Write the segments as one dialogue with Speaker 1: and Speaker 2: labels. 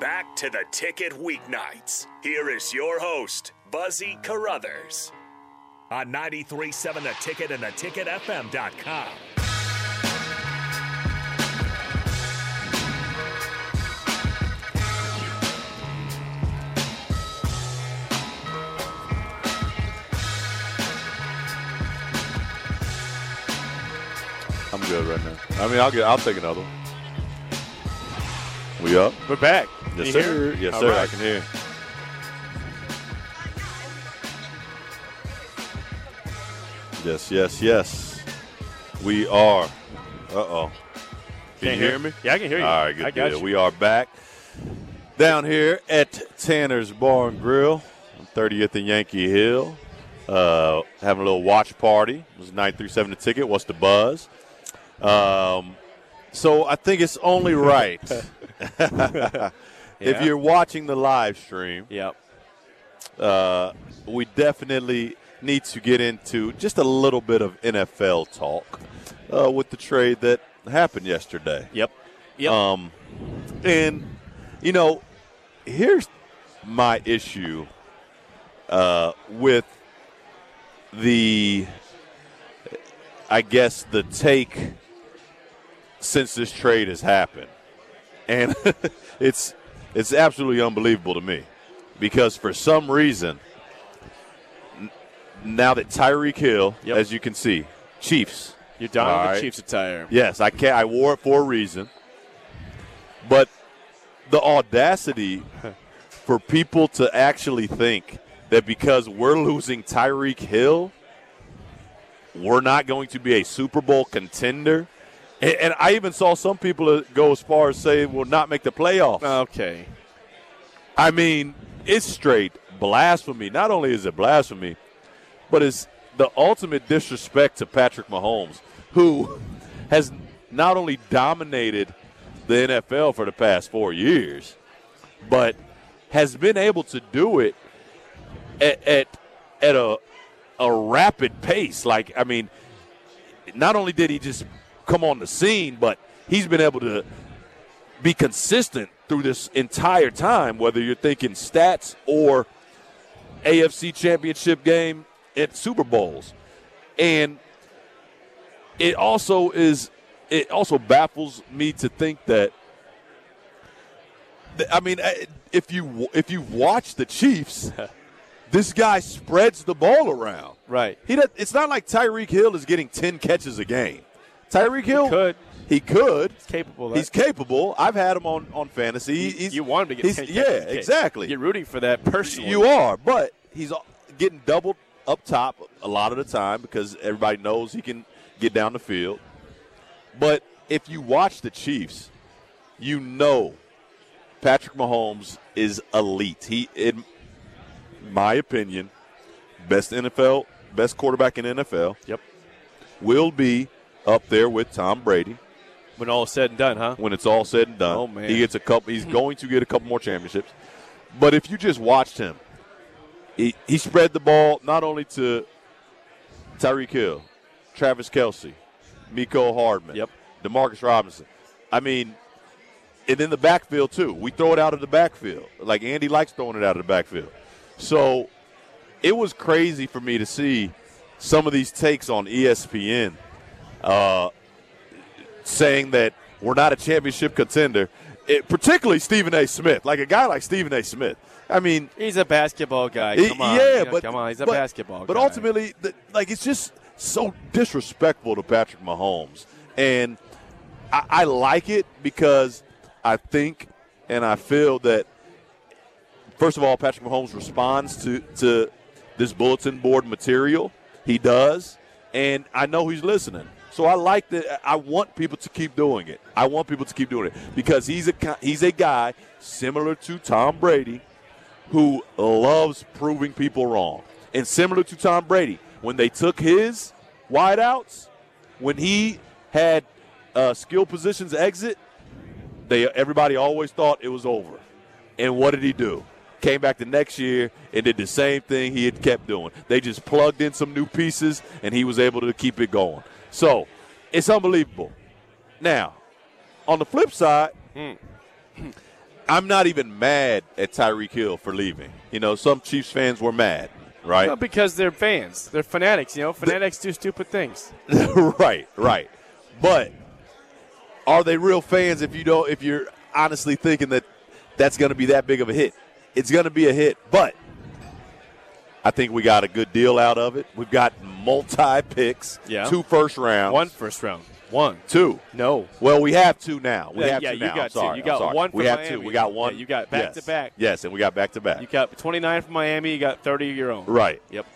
Speaker 1: back to the Ticket Weeknights. Here is your host, Buzzy Carruthers. On 93.7 The Ticket and theticketfm.com.
Speaker 2: I'm good right now. I mean, I'll get. I'll take another one. We up?
Speaker 3: We're back. Can
Speaker 2: Yes,
Speaker 3: you
Speaker 2: sir.
Speaker 3: hear?
Speaker 2: Yes,
Speaker 3: All
Speaker 2: sir. I
Speaker 3: right.
Speaker 2: can hear. Yes, yes, yes. We are. Uh oh. Can you
Speaker 3: Can't
Speaker 2: hear me?
Speaker 3: Yeah, I can hear you.
Speaker 2: All right,
Speaker 3: I
Speaker 2: good
Speaker 3: got
Speaker 2: deal.
Speaker 3: you.
Speaker 2: We are back down here at Tanner's Bar and Grill, on 30th and Yankee Hill. Uh, having a little watch party. It was 937 the ticket. What's the buzz? Um, so I think it's only right if
Speaker 3: Yeah.
Speaker 2: you're watching the live stream
Speaker 3: Yep.
Speaker 2: uh, we definitely need to get into just a little bit of NFL talk uh, with the trade that happened yesterday.
Speaker 3: Yep. Yep.
Speaker 2: Um, and you know, here's my issue uh, with the, I guess the take since this trade has happened, and it's it's absolutely unbelievable to me because for some reason n- now that Tyreek Hill,
Speaker 3: Yep.
Speaker 2: as you can see, Chiefs.
Speaker 3: You're down with
Speaker 2: All
Speaker 3: the
Speaker 2: right.
Speaker 3: Chiefs attire.
Speaker 2: Yes, I can. I wore it for a reason. But the audacity for people to actually think that because we're losing Tyreek Hill, we're not going to be a Super Bowl contender. And, and I even saw some people go as far as say we'll not make the playoffs.
Speaker 3: Okay.
Speaker 2: I mean, it's straight blasphemy. Not only is it blasphemy, but it's the ultimate disrespect to Patrick Mahomes, who has not only dominated the NFL for the past four years, but has been able to do it at at, at a a rapid pace. Like, I mean, not only did he just come on the scene, but he's been able to be consistent through this entire time, whether you're thinking stats or AFC championship game at Super Bowls. And it also is it also baffles me to think that th- I mean I- if you w- if you watch the Chiefs this guy spreads the ball around.
Speaker 3: Right.
Speaker 2: He does, it's not like Tyreek Hill is getting 10 catches a game. Tyreek Hill
Speaker 3: could.
Speaker 2: he could
Speaker 3: He's capable. Of that.
Speaker 2: He's capable. I've had him on, on fantasy. He- he's,
Speaker 3: you want him to get
Speaker 2: he's-
Speaker 3: 10
Speaker 2: yeah,
Speaker 3: catches. Okay.
Speaker 2: exactly.
Speaker 3: You're rooting for that personally.
Speaker 2: You are, but he's al- getting doubled up top a lot of the time because everybody knows he can get down the field. But if you watch the Chiefs, you know Patrick Mahomes is elite. He, in my opinion, best NFL, best quarterback in NFL.
Speaker 3: Yep.
Speaker 2: Will be up there with Tom Brady
Speaker 3: When all is said and done, huh?
Speaker 2: when it's all said and done.
Speaker 3: Uh-huh. Oh, man.
Speaker 2: He gets a couple. He's going to get a couple more championships. But if you just watched him, he, he spread the ball not only to Tyreek Hill, Travis Kelsey, Miko Hardman,
Speaker 3: Yep.
Speaker 2: Demarcus Robinson. I mean, and in the backfield too. We throw it out of the backfield. Like Andy likes throwing it out of the backfield. So it was crazy for me to see some of these takes on E ESPN uh, saying that we're not a championship contender, it, particularly Stephen A. Smith, like a guy like Stephen A. Smith. I mean,
Speaker 3: He's a basketball guy.
Speaker 2: it-
Speaker 3: Come on.
Speaker 2: yeah, but
Speaker 3: come on. He's a
Speaker 2: but-
Speaker 3: basketball
Speaker 2: But
Speaker 3: guy.
Speaker 2: ultimately, the, like it's just so disrespectful to Patrick Mahomes, and I, I like it because I think and I feel that first of all, Patrick Mahomes responds to to this bulletin board material. He does, and I know he's listening. So I like that. I want people to keep doing it. I want people to keep doing it because he's a ki- he's a guy similar to Tom Brady who loves proving people wrong. And similar to Tom Brady, when they took his wideouts, when he had uh, skill positions exit, they everybody always thought it was over. And what did he do? Came back the next year and did the same thing he had kept doing. They just plugged in some new pieces, and he was able to keep it going. So it's unbelievable. Now, on the flip side, I'm not even mad at Tyreek Hill for leaving. You know, some Chiefs fans were mad, right?
Speaker 3: No, because they're fans. They're fanatics. You know, fanatics do stupid things.
Speaker 2: right, right. But are they real fans if you don't if you're honestly thinking that that's going to be that big of a hit? It's going to be a hit, but I think we got a good deal out of it. We've got multi picks,
Speaker 3: Yeah.
Speaker 2: two first rounds,
Speaker 3: One first round. One.
Speaker 2: two.
Speaker 3: No.
Speaker 2: Well, we have two now. We
Speaker 3: Yeah,
Speaker 2: have
Speaker 3: yeah,
Speaker 2: two
Speaker 3: you
Speaker 2: now.
Speaker 3: got
Speaker 2: I'm
Speaker 3: two.
Speaker 2: sorry.
Speaker 3: You
Speaker 2: I'm
Speaker 3: got
Speaker 2: sorry.
Speaker 3: one
Speaker 2: We
Speaker 3: for
Speaker 2: have two.
Speaker 3: Miami.
Speaker 2: We got one.
Speaker 3: Yeah, you got back
Speaker 2: Yes.
Speaker 3: to back.
Speaker 2: Yes, and we got back to back.
Speaker 3: You got 29 from Miami. You got 30 of your own.
Speaker 2: Right.
Speaker 3: Yep.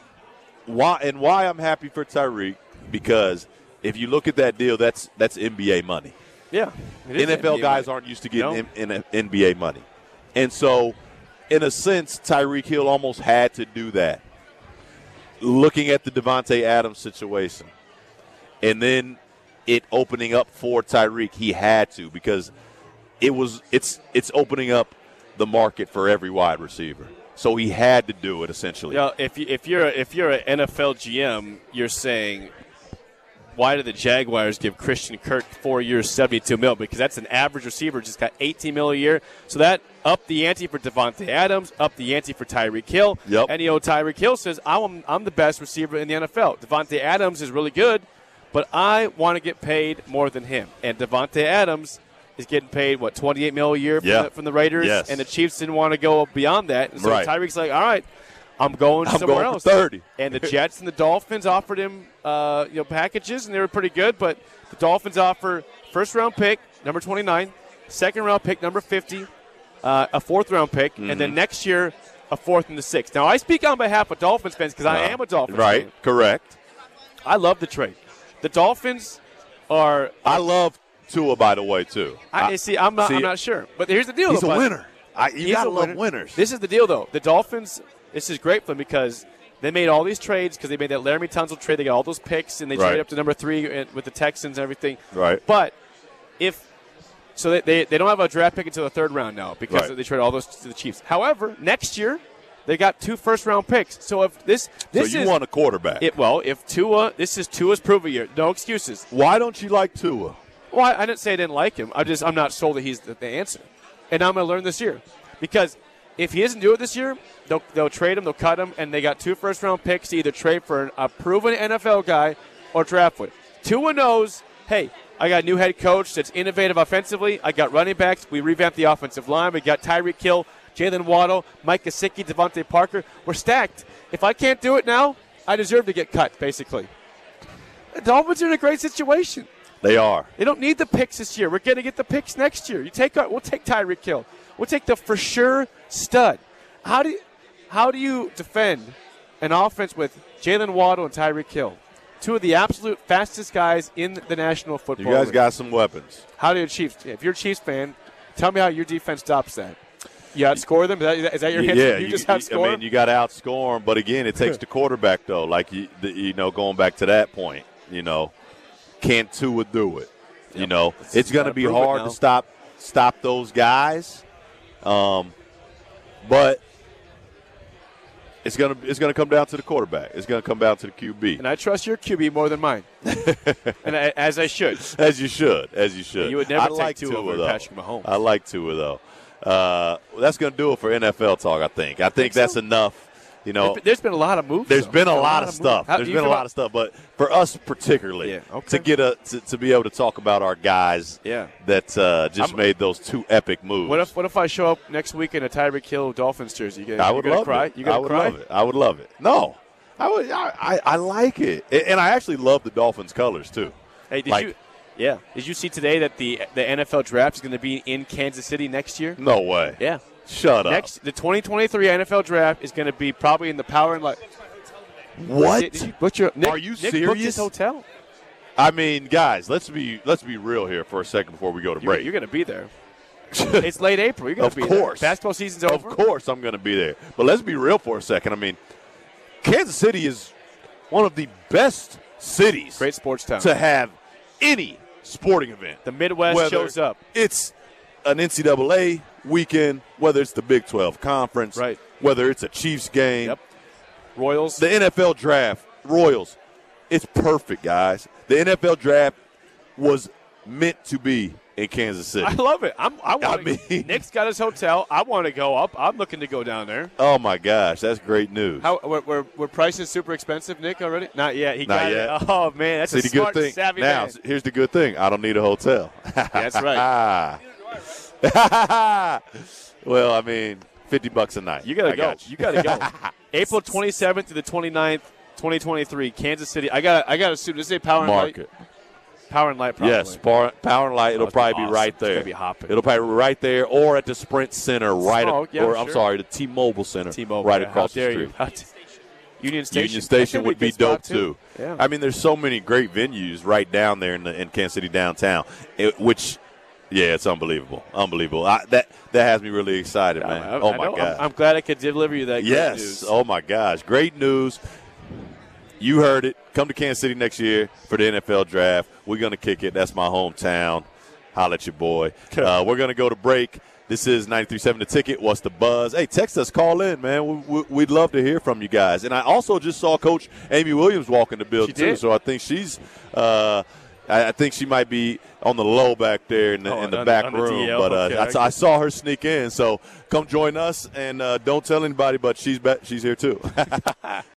Speaker 2: Why and why I'm happy for Tyreek because if you look at that deal, that's that's NBA money.
Speaker 3: Yeah. It is
Speaker 2: NFL
Speaker 3: NBA
Speaker 2: guys
Speaker 3: money.
Speaker 2: aren't used to getting
Speaker 3: No.
Speaker 2: in, in- NBA money, and so in a sense, Tyreek Hill almost had to do that. Looking at the Devonte Adams situation, and then it opening up for Tyreek, he had to because it was it's it's opening up the market for every wide receiver. So he had to do it essentially.
Speaker 3: Yeah, if you if you're a- if you're an NFL GM, you're saying, why did the Jaguars give Christian Kirk four years, seventy two mil? Because that's an average receiver, just got eighteen mil a year. So that up the ante for Devontae Adams, up the ante for Tyreek Hill.
Speaker 2: Yep.
Speaker 3: And you know Tyreek Hill says, I'm I'm the best receiver in the NFL. Devontae Adams is really good, but I want to get paid more than him. And Devontae Adams. Is getting paid what twenty eight mil a year from,
Speaker 2: Yeah.
Speaker 3: the, from the Raiders,
Speaker 2: Yes.
Speaker 3: and the Chiefs didn't want to go beyond that. And so
Speaker 2: Right.
Speaker 3: Tyreek's like, "All right, I'm going
Speaker 2: I'm
Speaker 3: somewhere
Speaker 2: going for
Speaker 3: else.
Speaker 2: 30.
Speaker 3: And the Jets and the Dolphins offered him, uh, you know, packages, and they were pretty good. But the Dolphins offer first round pick number 29, second round pick number 50, uh, a fourth round pick, and
Speaker 2: Mm-hmm.
Speaker 3: then next year a fourth and the sixth. Now I speak on behalf of Dolphins fans because I am a Dolphins
Speaker 2: Uh, Right,
Speaker 3: fan.
Speaker 2: correct.
Speaker 3: I love the trade. The Dolphins are.
Speaker 2: I love Tua, by the way, too.
Speaker 3: I, see, I'm not.
Speaker 2: see,
Speaker 3: I'm not sure. But here's the deal.
Speaker 2: He's a
Speaker 3: though, Bud.
Speaker 2: winner. I, you
Speaker 3: He's
Speaker 2: gotta
Speaker 3: a
Speaker 2: love
Speaker 3: winner.
Speaker 2: winners.
Speaker 3: This is the deal, though. The Dolphins. This is great for them because they made all these trades because they made that Laramie Tunsil trade. They got all those picks and they
Speaker 2: Right.
Speaker 3: traded up to number three and- with the Texans and everything.
Speaker 2: Right.
Speaker 3: But if so, they, they, they don't have a draft pick until the third round now because
Speaker 2: Right.
Speaker 3: they traded all those to the Chiefs. However, next year they got two first round picks. So if this
Speaker 2: so
Speaker 3: this
Speaker 2: you
Speaker 3: is
Speaker 2: want a quarterback.
Speaker 3: it, well, if Tua, this is Tua's prove year. No excuses.
Speaker 2: Why don't you like Tua?
Speaker 3: Well, I, I didn't say I didn't like him. I just I'm not sold that he's the, the answer, and I'm going to learn this year because if he doesn't do it this year, they'll they'll trade him, they'll cut him, and they got two first round picks to either trade for an, a proven NFL guy or draft one. Tua knows. Hey, I got a new head coach that's innovative offensively. I got running backs. We revamped the offensive line. We got Tyreek Hill, Jalen Waddle, Mike Gesicki, Devontae Parker. We're stacked. If I can't do it now, I deserve to get cut. Basically, the Dolphins are in a great situation.
Speaker 2: They are.
Speaker 3: They don't need the picks this year. We're going to get the picks next year. You take our, we'll take Tyreek Hill. We'll take the for sure stud. How do you, how do you defend an offense with Jalen Waddle and Tyreek Hill, two of the absolute fastest guys in the National Football
Speaker 2: You guys
Speaker 3: League?
Speaker 2: got some weapons.
Speaker 3: how do you Chiefs? If you're a Chiefs fan, tell me how your defense stops that. You outscore them. Is that, is that your answer?
Speaker 2: yeah,
Speaker 3: you, just
Speaker 2: I
Speaker 3: outscore.
Speaker 2: mean, you got to outscore them, but again, it takes the quarterback though. Like you, the, you know, going back to that point, you know, can Tua do it? You know,
Speaker 3: It's-
Speaker 2: it's going to
Speaker 3: gotta
Speaker 2: be
Speaker 3: prove it
Speaker 2: hard
Speaker 3: now.
Speaker 2: to stop stop those guys. Um, but it's gonna it's gonna come down to the quarterback. It's gonna come down to the QB.
Speaker 3: and I trust your QB more than mine, and I, as I should.
Speaker 2: As you should, as you should.
Speaker 3: You would never
Speaker 2: I
Speaker 3: take
Speaker 2: like
Speaker 3: Tua
Speaker 2: Tua
Speaker 3: over
Speaker 2: though.
Speaker 3: Patrick Mahomes.
Speaker 2: I like Tua though. Uh, well, that's going to do it for NFL talk. I think. I think
Speaker 3: so?
Speaker 2: that's enough. You know,
Speaker 3: There's been a lot of moves.
Speaker 2: there's
Speaker 3: though.
Speaker 2: been a lot of
Speaker 3: moves.
Speaker 2: stuff.
Speaker 3: How-
Speaker 2: There's
Speaker 3: you
Speaker 2: been a
Speaker 3: feel
Speaker 2: lot
Speaker 3: about-
Speaker 2: of stuff, but for us particularly,
Speaker 3: Yeah, okay.
Speaker 2: to get a to, to be able to talk about our guys,
Speaker 3: Yeah.
Speaker 2: that uh, just
Speaker 3: I'm-
Speaker 2: made those two epic moves.
Speaker 3: What if what if I show up next week in a Tyreek Hill Dolphins jersey? You gonna,
Speaker 2: I
Speaker 3: you
Speaker 2: would
Speaker 3: gonna
Speaker 2: love
Speaker 3: cry?
Speaker 2: it.
Speaker 3: You
Speaker 2: I
Speaker 3: gonna
Speaker 2: would
Speaker 3: cry?
Speaker 2: love it. I would love it. No, I would. I, I, I like it, A- and I actually love the Dolphins colors too.
Speaker 3: Hey, did
Speaker 2: Like-
Speaker 3: you? Yeah. Did you see today that the the NFL draft is going to be in Kansas City next year?
Speaker 2: No way.
Speaker 3: Yeah.
Speaker 2: Shut up.
Speaker 3: Next, the 2023 NFL draft is going to be probably in the power and light.
Speaker 2: what?
Speaker 3: Did you, what's your, Nick,
Speaker 2: Are you
Speaker 3: Nick booked
Speaker 2: serious?
Speaker 3: his hotel.
Speaker 2: I mean, guys, let's be let's be real here for a second before we go to
Speaker 3: You're,
Speaker 2: break.
Speaker 3: you're going to be there. it's late April. You're going
Speaker 2: Of
Speaker 3: to be
Speaker 2: course.
Speaker 3: there. Basketball season's over.
Speaker 2: of course, I'm going to be there, but let's be real for a second. I mean, Kansas City is one of the best cities
Speaker 3: Great sports town.
Speaker 2: to have any sporting event.
Speaker 3: the Midwest
Speaker 2: Whether
Speaker 3: shows up.
Speaker 2: It's an NCAA weekend, whether it's the Big 12 conference,
Speaker 3: Right.
Speaker 2: Whether it's a Chiefs game,
Speaker 3: Yep. Royals.
Speaker 2: the NFL draft, Royals, it's perfect, guys. The NFL draft was meant to be in Kansas
Speaker 3: I
Speaker 2: City.
Speaker 3: love it. I'm, I want.
Speaker 2: mean-
Speaker 3: Nick's got his hotel. I want to go up. I'm looking to go down there.
Speaker 2: Oh my gosh, that's great news.
Speaker 3: How were, were, were prices super expensive, Nick? Already? Not yet. He
Speaker 2: Not
Speaker 3: got
Speaker 2: yet.
Speaker 3: it. Oh man, that's
Speaker 2: See
Speaker 3: a
Speaker 2: the
Speaker 3: smart,
Speaker 2: good thing.
Speaker 3: savvy
Speaker 2: now
Speaker 3: man.
Speaker 2: here's the good thing. I don't need a hotel.
Speaker 3: That's right.
Speaker 2: well, I mean, fifty bucks a night.
Speaker 3: You gotta
Speaker 2: I
Speaker 3: go.
Speaker 2: got
Speaker 3: you. gotta go. April 27th to the 29th, 2023, Kansas City. I got. I got to suit. This is a power
Speaker 2: Mark
Speaker 3: and
Speaker 2: it.
Speaker 3: light. Power and light. Probably.
Speaker 2: Yes, Power, Power and Light. It'll
Speaker 3: it's
Speaker 2: probably
Speaker 3: gonna be
Speaker 2: be right
Speaker 3: awesome. It's
Speaker 2: there.
Speaker 3: gonna be hopping.
Speaker 2: It'll probably be right there, or at the Sprint Center, right?
Speaker 3: Oh,
Speaker 2: ac-
Speaker 3: yeah,
Speaker 2: or
Speaker 3: I'm
Speaker 2: I'm
Speaker 3: sure.
Speaker 2: sorry, the T-Mobile Center,
Speaker 3: T-Mobile.
Speaker 2: right
Speaker 3: yeah,
Speaker 2: across
Speaker 3: how
Speaker 2: the
Speaker 3: dare
Speaker 2: street.
Speaker 3: You. How d- Union Station.
Speaker 2: Union
Speaker 3: That could
Speaker 2: Station
Speaker 3: be
Speaker 2: would
Speaker 3: a
Speaker 2: be
Speaker 3: good spot,
Speaker 2: dope too.
Speaker 3: Yeah.
Speaker 2: I mean, there's so many great venues right down there in, the, in Kansas City downtown, it- which, yeah, it's unbelievable, unbelievable. I, that that has me really excited, man.
Speaker 3: I- I-
Speaker 2: oh
Speaker 3: I
Speaker 2: my
Speaker 3: know.
Speaker 2: god,
Speaker 3: I'm, I'm glad I could deliver you that. great
Speaker 2: yes,
Speaker 3: news.
Speaker 2: oh my gosh, great news. You heard it. Come to Kansas City next year for the NFL draft. We're gonna kick it. That's my hometown. Holla at your boy. Uh, we're gonna go to break. This is 93.7 The Ticket. What's the buzz? Hey, text us, call in, man. We, we, we'd love to hear from you guys. And I also just saw Coach Amy Williams walk in the building
Speaker 3: She did.
Speaker 2: too. So I think she's, uh, I, I think she might be on the low back there in the,
Speaker 3: Oh,
Speaker 2: in the
Speaker 3: on the-
Speaker 2: back
Speaker 3: on the
Speaker 2: room.
Speaker 3: DL.
Speaker 2: but uh,
Speaker 3: Okay,
Speaker 2: I,
Speaker 3: I
Speaker 2: I saw her sneak in. So come join us and uh, don't tell anybody. But she's ba- she's here too.